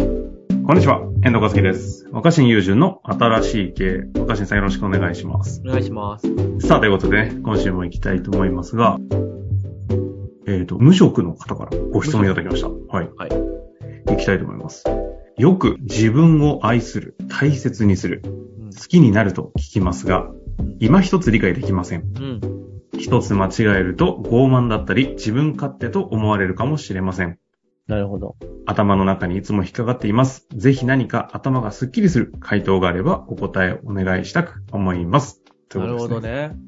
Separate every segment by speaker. Speaker 1: こんにちは、遠藤和樹です。若新友人の新しい系、若新さんよろしくお願いします。
Speaker 2: お願いします。
Speaker 1: さあ、ということでね、今週も行きたいと思いますが、えっ、と、無職の方からご質問いただきました。はい。
Speaker 2: はい。
Speaker 1: 行きたいと思います。よく自分を愛する、大切にする、
Speaker 2: うん
Speaker 1: 好きになると聞きますが、今一つ理解できません。
Speaker 2: うん。
Speaker 1: 一つ間違えると傲慢だったり、自分勝手と思われるかもしれません。
Speaker 2: なるほど。
Speaker 1: 頭の中にいつも引っかかっています。ぜひ何か頭がスッキリする回答があればお答えをお願いしたく思います。とい
Speaker 2: な
Speaker 1: う
Speaker 2: る
Speaker 1: こ
Speaker 2: ほ
Speaker 1: と
Speaker 2: ど
Speaker 1: です
Speaker 2: ね。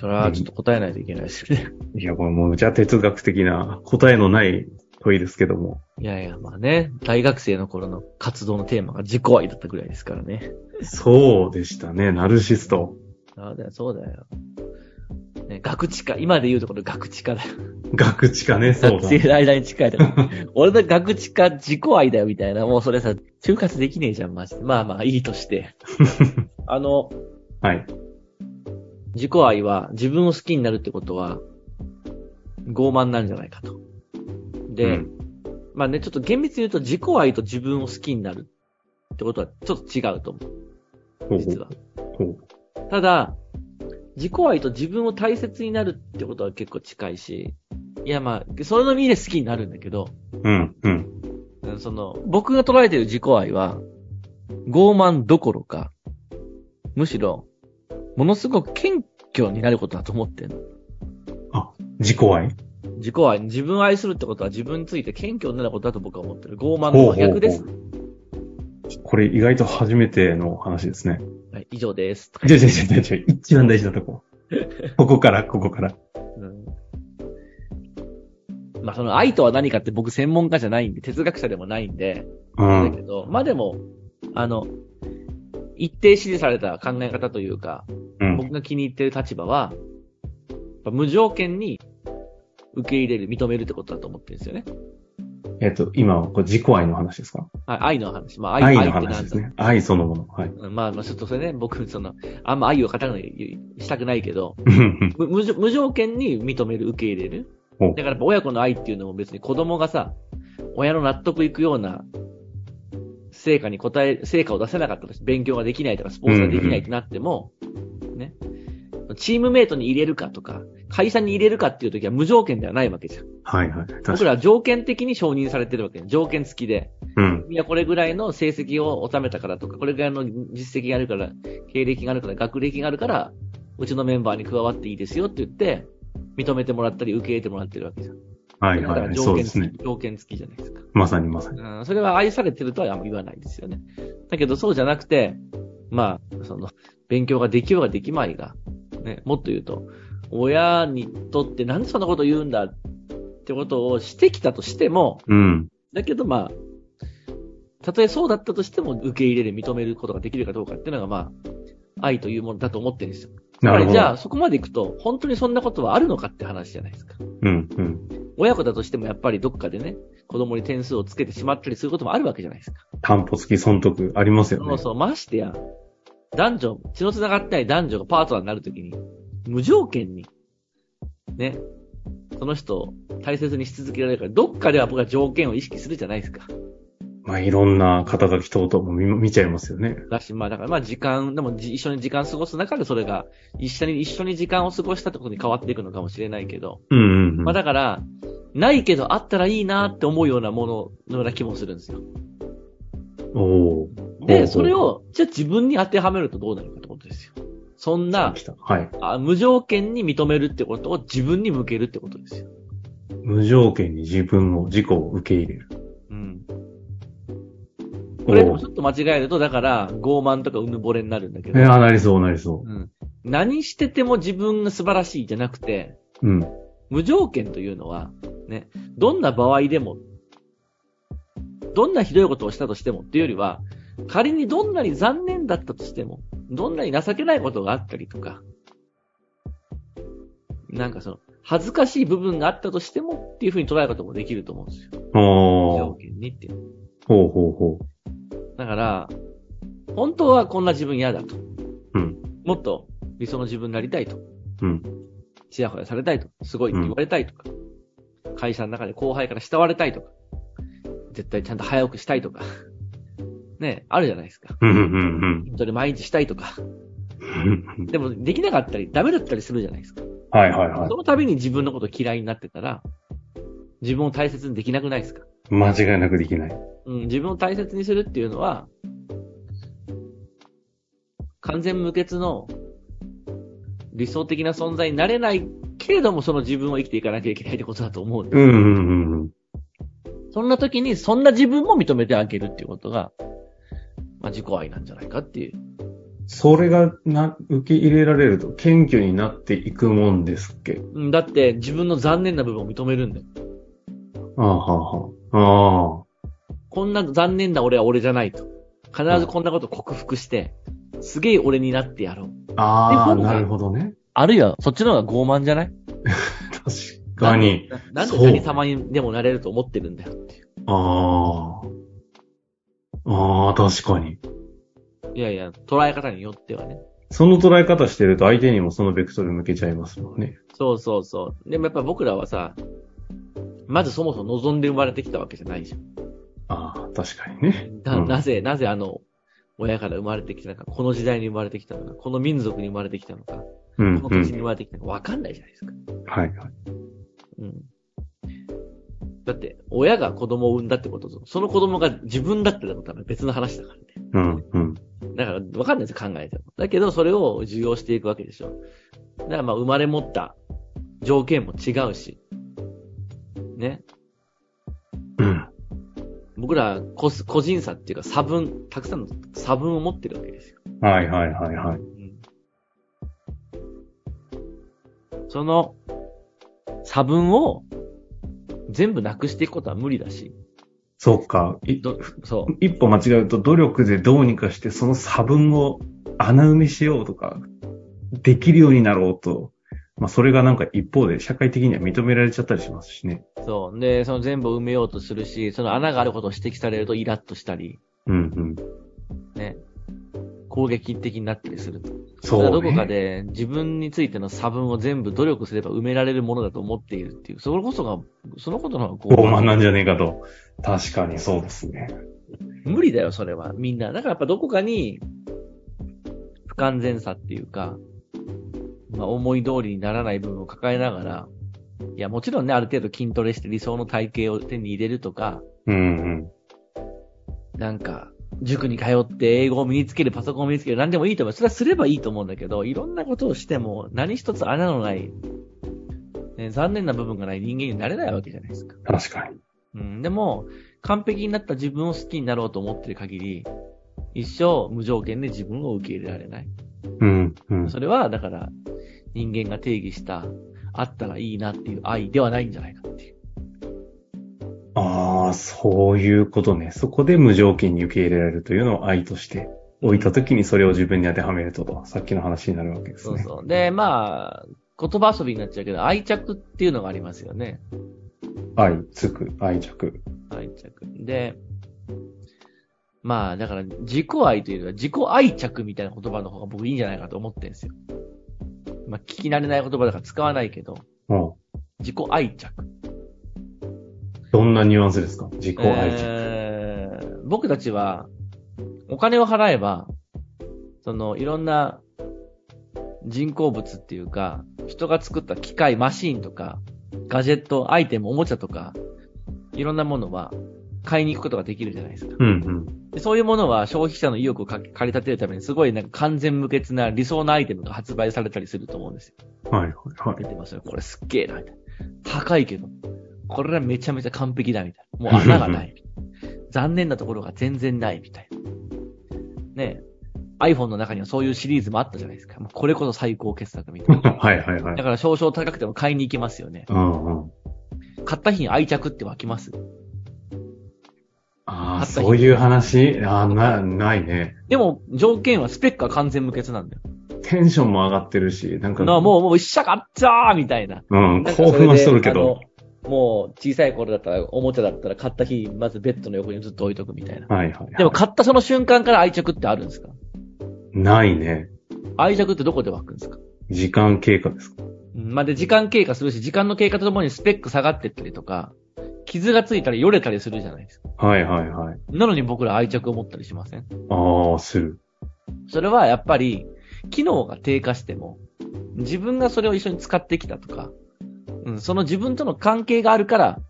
Speaker 2: それはちょっと答えないといけないですよね。
Speaker 1: いや、これもう、じゃあ哲学的な答えのない問いですけども。
Speaker 2: いやいや、まあね、大学生の頃の活動のテーマが自己愛だったぐらいですからね。
Speaker 1: そうでしたね、ナルシスト。
Speaker 2: そうだよ、そうだよ。ね、学知化、今で言うところ学知化だよ。
Speaker 1: 学知かね、 そう
Speaker 2: 学
Speaker 1: だ。
Speaker 2: 生の間に近 いだから。俺の学知化自己愛だよみたいな、もうそれさ、就活できねえじゃん、マジで。まあまあ、いいと して。あの、
Speaker 1: はい。
Speaker 2: 自己愛は自分を好きになるってことは、傲慢なんじゃないかと。
Speaker 1: う
Speaker 2: で、
Speaker 1: ん
Speaker 2: まあね、ちょっと厳密に言うと自己愛と自分を好きになるってことはちょっと違うと思
Speaker 1: ほうほ
Speaker 2: う、実
Speaker 1: う
Speaker 2: は。
Speaker 1: ほう。
Speaker 2: ただ、自己愛と自分を大切になるってことは結構近いし、いやまあ、それの意味で好きになるんだけど、
Speaker 1: うん、うん。
Speaker 2: うんその、僕が捉えてる自己愛は、傲慢どころか、むしろ、ものすごく謙虚になることだと思ってんの。
Speaker 1: 自己愛
Speaker 2: 自己愛、自分を愛するってことは自分について謙虚になることだと僕は思ってる。傲慢の真逆です。
Speaker 1: ほうこれ意外と初めての話ですね。
Speaker 2: はい、以上です。
Speaker 1: じゃじゃじゃじゃじゃ一番大事なとこ。ここから、ここから。
Speaker 2: うんまあその愛とは何かって僕専門家じゃないんで、哲学者でもないんで、
Speaker 1: う
Speaker 2: だ
Speaker 1: ん。
Speaker 2: けど、まあでも、あの、一定支持された考え方というか、
Speaker 1: うん。
Speaker 2: 僕が気に入ってる立場は、やっぱ無条件に受け入れる、認めるってことだと思ってるんですよね。
Speaker 1: えっと、今はこれ自己愛の話ですか
Speaker 2: あ愛の話。まあ愛
Speaker 1: 愛の
Speaker 2: 愛って
Speaker 1: 話
Speaker 2: な
Speaker 1: で
Speaker 2: ん
Speaker 1: す
Speaker 2: だ
Speaker 1: ね。愛そのもの。はい。
Speaker 2: うんまあ、まあ、ちょっとそれね、僕、その、あんま愛を語るのしたくないけど、
Speaker 1: うん
Speaker 2: む無条無条件に認める、受け入れる。
Speaker 1: ほう
Speaker 2: だからやっぱ親子の愛っていうのも別に子供がさ、親の納得いくような成果に応え、成果を出せなかったとして、勉強ができないとか、スポーツができないってなっても、ね、チームメイトに入れるかとか、会社に入れるかっていう時は無条件ではないわけじゃん。
Speaker 1: はいはい。確か
Speaker 2: 僕
Speaker 1: に。
Speaker 2: らは条件的に承認されてるわけじゃん。条件付きで。
Speaker 1: うん。
Speaker 2: いや、これぐらいの成績を収めたからとか、これぐらいの実績があるから、経歴があるから、学歴があるから、うちのメンバーに加わっていいですよって言って、認めてもらったり、受け入れてもらってるわけじゃん。
Speaker 1: はい
Speaker 2: だか
Speaker 1: はいは
Speaker 2: ら
Speaker 1: い。
Speaker 2: 条
Speaker 1: そう
Speaker 2: 件
Speaker 1: です
Speaker 2: 付き、
Speaker 1: ね。
Speaker 2: 条件付きじゃないですか。
Speaker 1: まさにまさに。
Speaker 2: うん、それは愛されてるとはあんま言わないですよね。だけどそうじゃなくて、まあ、その、勉強ができようができまいが、ね、もっと言うと、親にとってなんでそんなこと言うんだってことをしてきたとしても、
Speaker 1: うん。
Speaker 2: だけどまあ、たとえそうだったとしても受け入れる、認めることができるかどうかっていうのがまあ、愛というものだと思ってるんですよ。
Speaker 1: なるほど。
Speaker 2: じゃあそこまでいくと、本当にそんなことはあるのかって話じゃないですか。
Speaker 1: うんうん。
Speaker 2: 親子だとしてもやっぱりどっかでね、子供に点数をつけてしまったりすることもあるわけじゃないですか。
Speaker 1: 担保付き損得ありますよ
Speaker 2: そう
Speaker 1: ね。
Speaker 2: そう、ましてや、男女、血の繋がってない男女がパートナーになるときに、無条件に、ね、その人を大切にし続けられるから、どっかでは僕は条件を意識するじゃないですか。
Speaker 1: まあいろんな肩書き等々も見見ちゃいますよね。
Speaker 2: だし、まあだからまあ時間、でもじ一緒に時間過ごす中でそれが、一緒に、一緒に時間を過ごしたってことに変わっていくのかもしれないけど、
Speaker 1: うんうんうん。
Speaker 2: まあだから、ないけどあったらいいなって思うようなもののような気もするんですよ。
Speaker 1: おーほうほ
Speaker 2: で、
Speaker 1: う
Speaker 2: それを、じゃあ自分に当てはめるとどうなるかってことですよ。そんな、
Speaker 1: 来た。はい。
Speaker 2: あ無条件に認めるってことを自分に向けるってことですよ。
Speaker 1: 無条件に自分を、自己を受け入れる。
Speaker 2: うん。
Speaker 1: お
Speaker 2: これでもち
Speaker 1: ー
Speaker 2: ょっと間違えると、だから、傲慢とかうぬぼれになるんだけ
Speaker 1: い
Speaker 2: ど、
Speaker 1: や、なりそうなりそ
Speaker 2: うん。何してても自分が素晴らしいじゃなくて、
Speaker 1: う。うん。
Speaker 2: 無条件というのは、ね、どんな場合でも、どんなひどいことをしたとしてもっていうよりは、仮にどんなに残念だったとしても、どんなに情けないことがあったりとか、なんかその、恥ずかしい部分があったとしてもっていうふうに捉えることもできると思うんですよ。無
Speaker 1: お
Speaker 2: 条
Speaker 1: ー
Speaker 2: 件にっていうの
Speaker 1: ほうほうほ
Speaker 2: だから、本当はこんな自分嫌だと。
Speaker 1: うん
Speaker 2: もっと理想の自分になりたいと。
Speaker 1: う。うん。
Speaker 2: ちやほやされたいとか、すごいって言われたいとか、会社の中で後輩から慕われたいとか、絶対ちゃんと早起きしたいとか、ね、あるじゃないですか。
Speaker 1: うんうんうん
Speaker 2: 筋トレ毎日したいとか。
Speaker 1: うん。
Speaker 2: でも、できなかったり、ダメだったりするじゃないですか。
Speaker 1: はいはいはい
Speaker 2: そ。の度に自分のこと嫌いになってたら、自分を大切にできなくないですか
Speaker 1: 間違いなくできない。
Speaker 2: うん、自分を大切にするっていうのは、完全無欠の理想的な存在になれないけれども、その自分を生きていかなきゃいけないってことだと思うんで
Speaker 1: うんうんうんうん。
Speaker 2: そんな時に、そんな自分も認めてあげるっていうことが、まあ、自己愛なんじゃないかっていう。
Speaker 1: それがな、受け入れられると謙虚になっていくもんですっけ
Speaker 2: うん、だって、自分の残念な部分を認めるんだよ。
Speaker 1: ああ、はあ、はあ。あ
Speaker 2: こんな残念な俺は俺じゃないと。必ずこんなことを克服して、すげえ俺になってやろう。
Speaker 1: あああ、
Speaker 2: で今度は
Speaker 1: なるほどね。
Speaker 2: あるいは、そっちの方が傲慢じゃない
Speaker 1: 確かに。
Speaker 2: ななんで
Speaker 1: そう
Speaker 2: 何様にでもなれると思ってるんだよっていう。
Speaker 1: ああ。ああ、確かに。
Speaker 2: いやいや、捉え方によってはね。
Speaker 1: その捉え方してると相手にもそのベクトル向けちゃいますもんね。
Speaker 2: そうそうそう。でもやっぱ僕らはさ、まずそもそも望んで生まれてきたわけじゃないじゃん。
Speaker 1: ああ、確かにね。
Speaker 2: な、
Speaker 1: うん
Speaker 2: なぜ、なぜあの、親から生まれてきたのか、この時代に生まれてきたのか、この民族に生まれてきたのか、
Speaker 1: うん、
Speaker 2: この
Speaker 1: う
Speaker 2: 土地に
Speaker 1: ん。
Speaker 2: 生まれてきたのか、わかんないじゃないですか。
Speaker 1: はい。
Speaker 2: うん。だって、親が子供を産んだってことと、その子供が自分だってのとは別の話だからね。
Speaker 1: うん、うん。
Speaker 2: だから、わかんないですよ、考えても。だけど、それを受容していくわけでしょ。だから、まあ、生まれ持った条件も違うし。ね。
Speaker 1: うん。
Speaker 2: 僕ら、個す個人差っていうか、差分、たくさんの差分を持ってるわけですよ。
Speaker 1: はい、はい、はい、はい。
Speaker 2: うんその、差分を、全部なくしていくことは無理だし。
Speaker 1: そっか。い
Speaker 2: どそう。
Speaker 1: 一歩間違うと努力でどうにかしてその差分を穴埋めしようとか、できるようになろうと。まあ、それがなんか一方で社会的には認められちゃったりしますしね。
Speaker 2: そう。で、その全部を埋めようとするし、その穴があることを指摘されるとイラッとしたり、
Speaker 1: うん、うん。
Speaker 2: ね。攻撃的になったりすると。
Speaker 1: そう、ね。
Speaker 2: だからどこかで自分についての差分を全部努力すれば埋められるものだと思っているっていう、それこそが、そのことの方が
Speaker 1: 傲慢
Speaker 2: こ
Speaker 1: なんじゃねえかと。確かにそうですね。
Speaker 2: う、無理だよ、それは。みんな。だからやっぱどこかに、不完全さっていうか、まあ思い通りにならない部分を抱えながら、いや、もちろんね、ある程度筋トレして理想の体型を手に入れるとか、
Speaker 1: うん、うん。
Speaker 2: なんか、塾に通って英語を身につける、パソコンを身につける、何でもいいと思う。それはすればいいと思うんだけど、いろんなことをしても、何一つ穴のない、ね、残念な部分がない人間になれないわけじゃないですか。
Speaker 1: 確かに。
Speaker 2: うん、でも、完璧になった自分を好きになろうと思ってる限り、一生無条件で自分を受け入れられない。
Speaker 1: うん、うん。
Speaker 2: それは、だから、人間が定義した、あったらいいなっていう愛ではないんじゃないかっていう。
Speaker 1: ああ、そういうことね。そこで無条件に受け入れられるというのを愛として置いたときにそれを自分に当てはめるとと、さっきの話になるわけです
Speaker 2: そう
Speaker 1: ね。
Speaker 2: そう。で、まあ、言葉遊びになっちゃうけど、愛着っていうのがありますよね。
Speaker 1: 愛、つく、愛着。
Speaker 2: 愛着。で、まあ、だから、自己愛というよりは、自己愛着みたいな言葉の方が僕いいんじゃないかと思ってるんですよ。まあ、聞き慣れない言葉だから使わないけど、
Speaker 1: うん。
Speaker 2: 自己愛着。
Speaker 1: どんなニュアンスですか自己愛着。
Speaker 2: えー僕たちは、お金を払えば、その、いろんな人工物っていうか、人が作った機械、マシーンとか、ガジェット、アイテム、おもちゃとか、いろんなものは買いに行くことができるじゃないですか。
Speaker 1: うん、うん。
Speaker 2: でそういうものは消費者の意欲をか駆り立てるためにすごいなんか完全無欠な理想のアイテムが発売されたりすると思うんですよ。
Speaker 1: はい、はい、はい
Speaker 2: 出。てますよ。これすっげえな、みたいな。高いけど、これはめちゃめちゃ完璧だ、みたいな。もう穴が ない。残念なところが全然ない、みたいな。ねえ。iPhone の中にはそういうシリーズもあったじゃないですか。もうこれこそ最高傑作みたいな。
Speaker 1: はい、 はい、は
Speaker 2: だ
Speaker 1: い。
Speaker 2: から少々高くても買いに行きますよね。
Speaker 1: うん、うん。
Speaker 2: 買った日に愛着って湧きます。
Speaker 1: あ
Speaker 2: あ
Speaker 1: あ、
Speaker 2: った
Speaker 1: そういう話ああ、な、ないね。
Speaker 2: でも、条件はスペックは完全無欠なんだよ。
Speaker 1: テンションも上がってるし、なんか、
Speaker 2: なもう、もう、一社買っちゃーみたいな。
Speaker 1: うん、
Speaker 2: なんかそれ
Speaker 1: 興
Speaker 2: で
Speaker 1: 奮はしとるけど。。
Speaker 2: あのもう小さい頃だったら、おもちゃだったら買った日、まずベッドの横にずっと置いとくみたいな。
Speaker 1: はい、はい。
Speaker 2: でも買ったその瞬間から愛着ってあるんですか
Speaker 1: ないね。
Speaker 2: 愛着ってどこで湧くんですか
Speaker 1: 時間経過ですか
Speaker 2: うんまあ、で、時間経過するし、時間の経過とともにスペック下がってったりとか、傷がついたり、よれたりするじゃないですか。
Speaker 1: はいはいはい。
Speaker 2: なのに僕ら愛着を持ったりしません
Speaker 1: ああ、する。
Speaker 2: それはやっぱり、機能が低下しても、自分がそれを一緒に使ってきたとか、うん、その自分との関係があるから、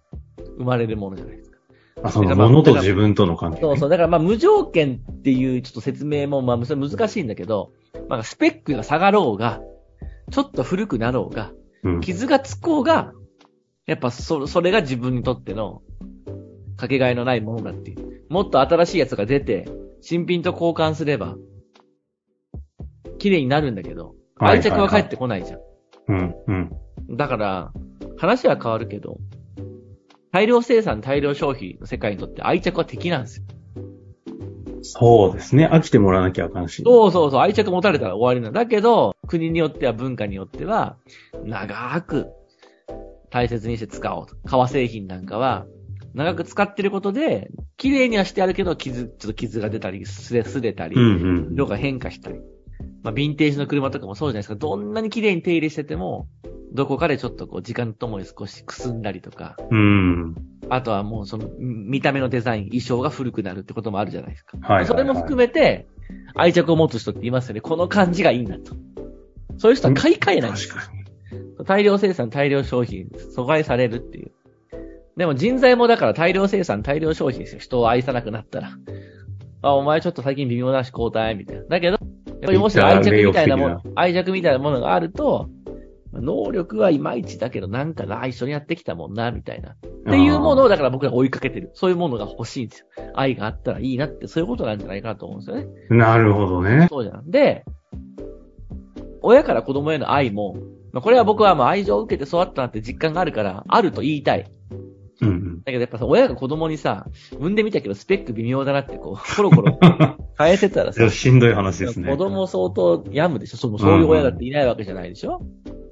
Speaker 2: 生まれるものじゃないですか。
Speaker 1: あ、そ
Speaker 2: だ
Speaker 1: の
Speaker 2: から
Speaker 1: 物と自分との関係ね。
Speaker 2: そうそう。だからまあ無条件っていうちょっと説明もまあむず難しいんだけど、まあスペックが下がろうが、ちょっと古くなろうが、
Speaker 1: うん。
Speaker 2: 傷がつこうが、やっぱそ、それが自分にとっての、かけがえのないものだっていう。もっと新しいやつが出て、新品と交換すれば、綺麗になるんだけど、愛着は返ってこないじゃん。
Speaker 1: うん、うん。
Speaker 2: だから、話は変わるけど、大量生産、大量消費の世界にとって愛着は敵なんですよ。
Speaker 1: そうですね。飽きてもらわなきゃあかんし。
Speaker 2: そうそうそう、愛着持たれたら終わりなんだけど、国によっては文化によっては、長く大切にして使おうと。革製品なんかは、長く使ってることで、綺麗にはしてあるけど、傷、ちょっと傷が出たり、すれ、すれたり
Speaker 1: う、ん、う
Speaker 2: 色
Speaker 1: ん。
Speaker 2: が変化したり。まあ、ヴィンテージの車とかもそうじゃないですか。どんなに綺麗に手入れしてても、どこかでちょっとこう、時間とともに少しくすんだりとか、
Speaker 1: うん。
Speaker 2: あとはもうその、ん見た目のデザイン、衣装が古くなるってこともあるじゃないですか。
Speaker 1: はいはいはい
Speaker 2: それも含めて、愛着を持つ人っていますよね。この感じがいいなと。そういう人は買い替えない。
Speaker 1: 確かに。
Speaker 2: 大量生産、大量消費、阻害されるっていう。でも人材もだから大量生産、大量消費ですよ。人を愛さなくなったら。あ、お前ちょっと最近微妙だし交代、みたいな。だけど、やっぱりもし愛着みたいなも
Speaker 1: いいんだ
Speaker 2: の、愛着みたいなものがあると、能力はいまいちだけど、なんかな、一緒にやってきたもんな、みたいな。っていうものをだから僕ら追いかけてる。そういうものが欲しいんですよ。愛があったらいいなって、そういうことなんじゃないかなと思うんですよね。
Speaker 1: あーなるほどね。
Speaker 2: そうじゃん。で、親から子供への愛も、まあ、これは僕はまあ愛情を受けて育ったなって実感があるから、あると言いたい。だ
Speaker 1: うん、うん。
Speaker 2: けどやっぱさ、親が子供にさ、産んでみたけどスペック微妙だなってこう、コロ コロ変えてたら
Speaker 1: いや
Speaker 2: さ、
Speaker 1: しんどい話ですね。
Speaker 2: 子供相当病むでしょそのそういう親だっていないわけじゃないでしょ、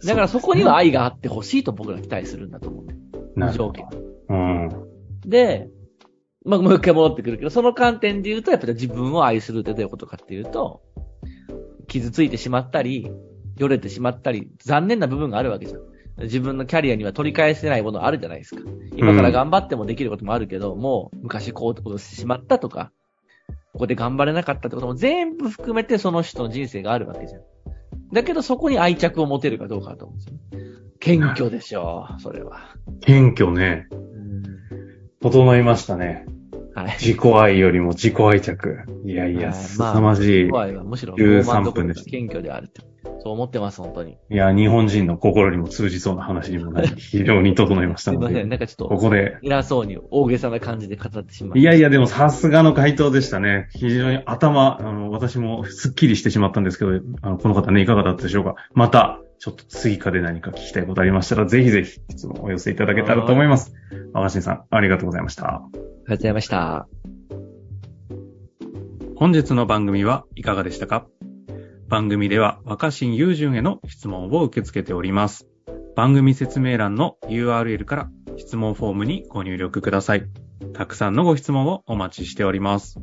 Speaker 2: だからそこには愛があってほしいと僕ら期待するんだと思う、ね。
Speaker 1: な
Speaker 2: 無
Speaker 1: るほ
Speaker 2: 条
Speaker 1: ど
Speaker 2: 件。
Speaker 1: うん。
Speaker 2: で、まあ、もう一回戻ってくるけど、その観点で言うと、やっぱり自分を愛するってどういうことかっていうと、傷ついてしまったり、よれてしまったり、残念な部分があるわけじゃん。自分のキャリアには取り返せないものあるじゃないですか。今から頑張ってもできることもあるけど、もう昔こういうことしてしまったとか、ここで頑張れなかったってことも全部含めてその人の人生があるわけじゃん。だけどそこに愛着を持てるかどうかだと思うんですよね。謙虚でしょう、それは。
Speaker 1: 謙虚ね。整いましたね。
Speaker 2: はい。
Speaker 1: 自己愛よりも自己愛着。いやい
Speaker 2: は
Speaker 1: や、
Speaker 2: い
Speaker 1: 凄まじい。
Speaker 2: 怖いわむしろ傲慢
Speaker 1: 13
Speaker 2: どこ
Speaker 1: 分
Speaker 2: ろ
Speaker 1: で
Speaker 2: か
Speaker 1: した
Speaker 2: 謙虚であるって。そう思ってます、本当に。
Speaker 1: いや、日本人の心にも通じそうな話にも なり、非常に整いまし
Speaker 2: す
Speaker 1: た
Speaker 2: いま
Speaker 1: の
Speaker 2: せん、
Speaker 1: で、
Speaker 2: なんかちょ
Speaker 1: こ
Speaker 2: っと、
Speaker 1: こで。
Speaker 2: 偉そうに大げさな感じで語ってしまう。
Speaker 1: いやいや、でもさすがの回答でしたね。非常に頭、あの、私もスッキリしてしまったんですけど、あの、この方ね、いかがだったでしょうか。また、ちょっと追加で何か聞きたいことありましたら、ぜひぜひ、質問お寄せいただけたらと思います。若新さん、ありがとうございました。
Speaker 2: ありがとうございました。
Speaker 1: 本日の番組はいかがでしたか番組では若新雄純への質問を受け付けております。番組説明欄の URL から質問フォームにご入力ください。たくさんのご質問をお待ちしております。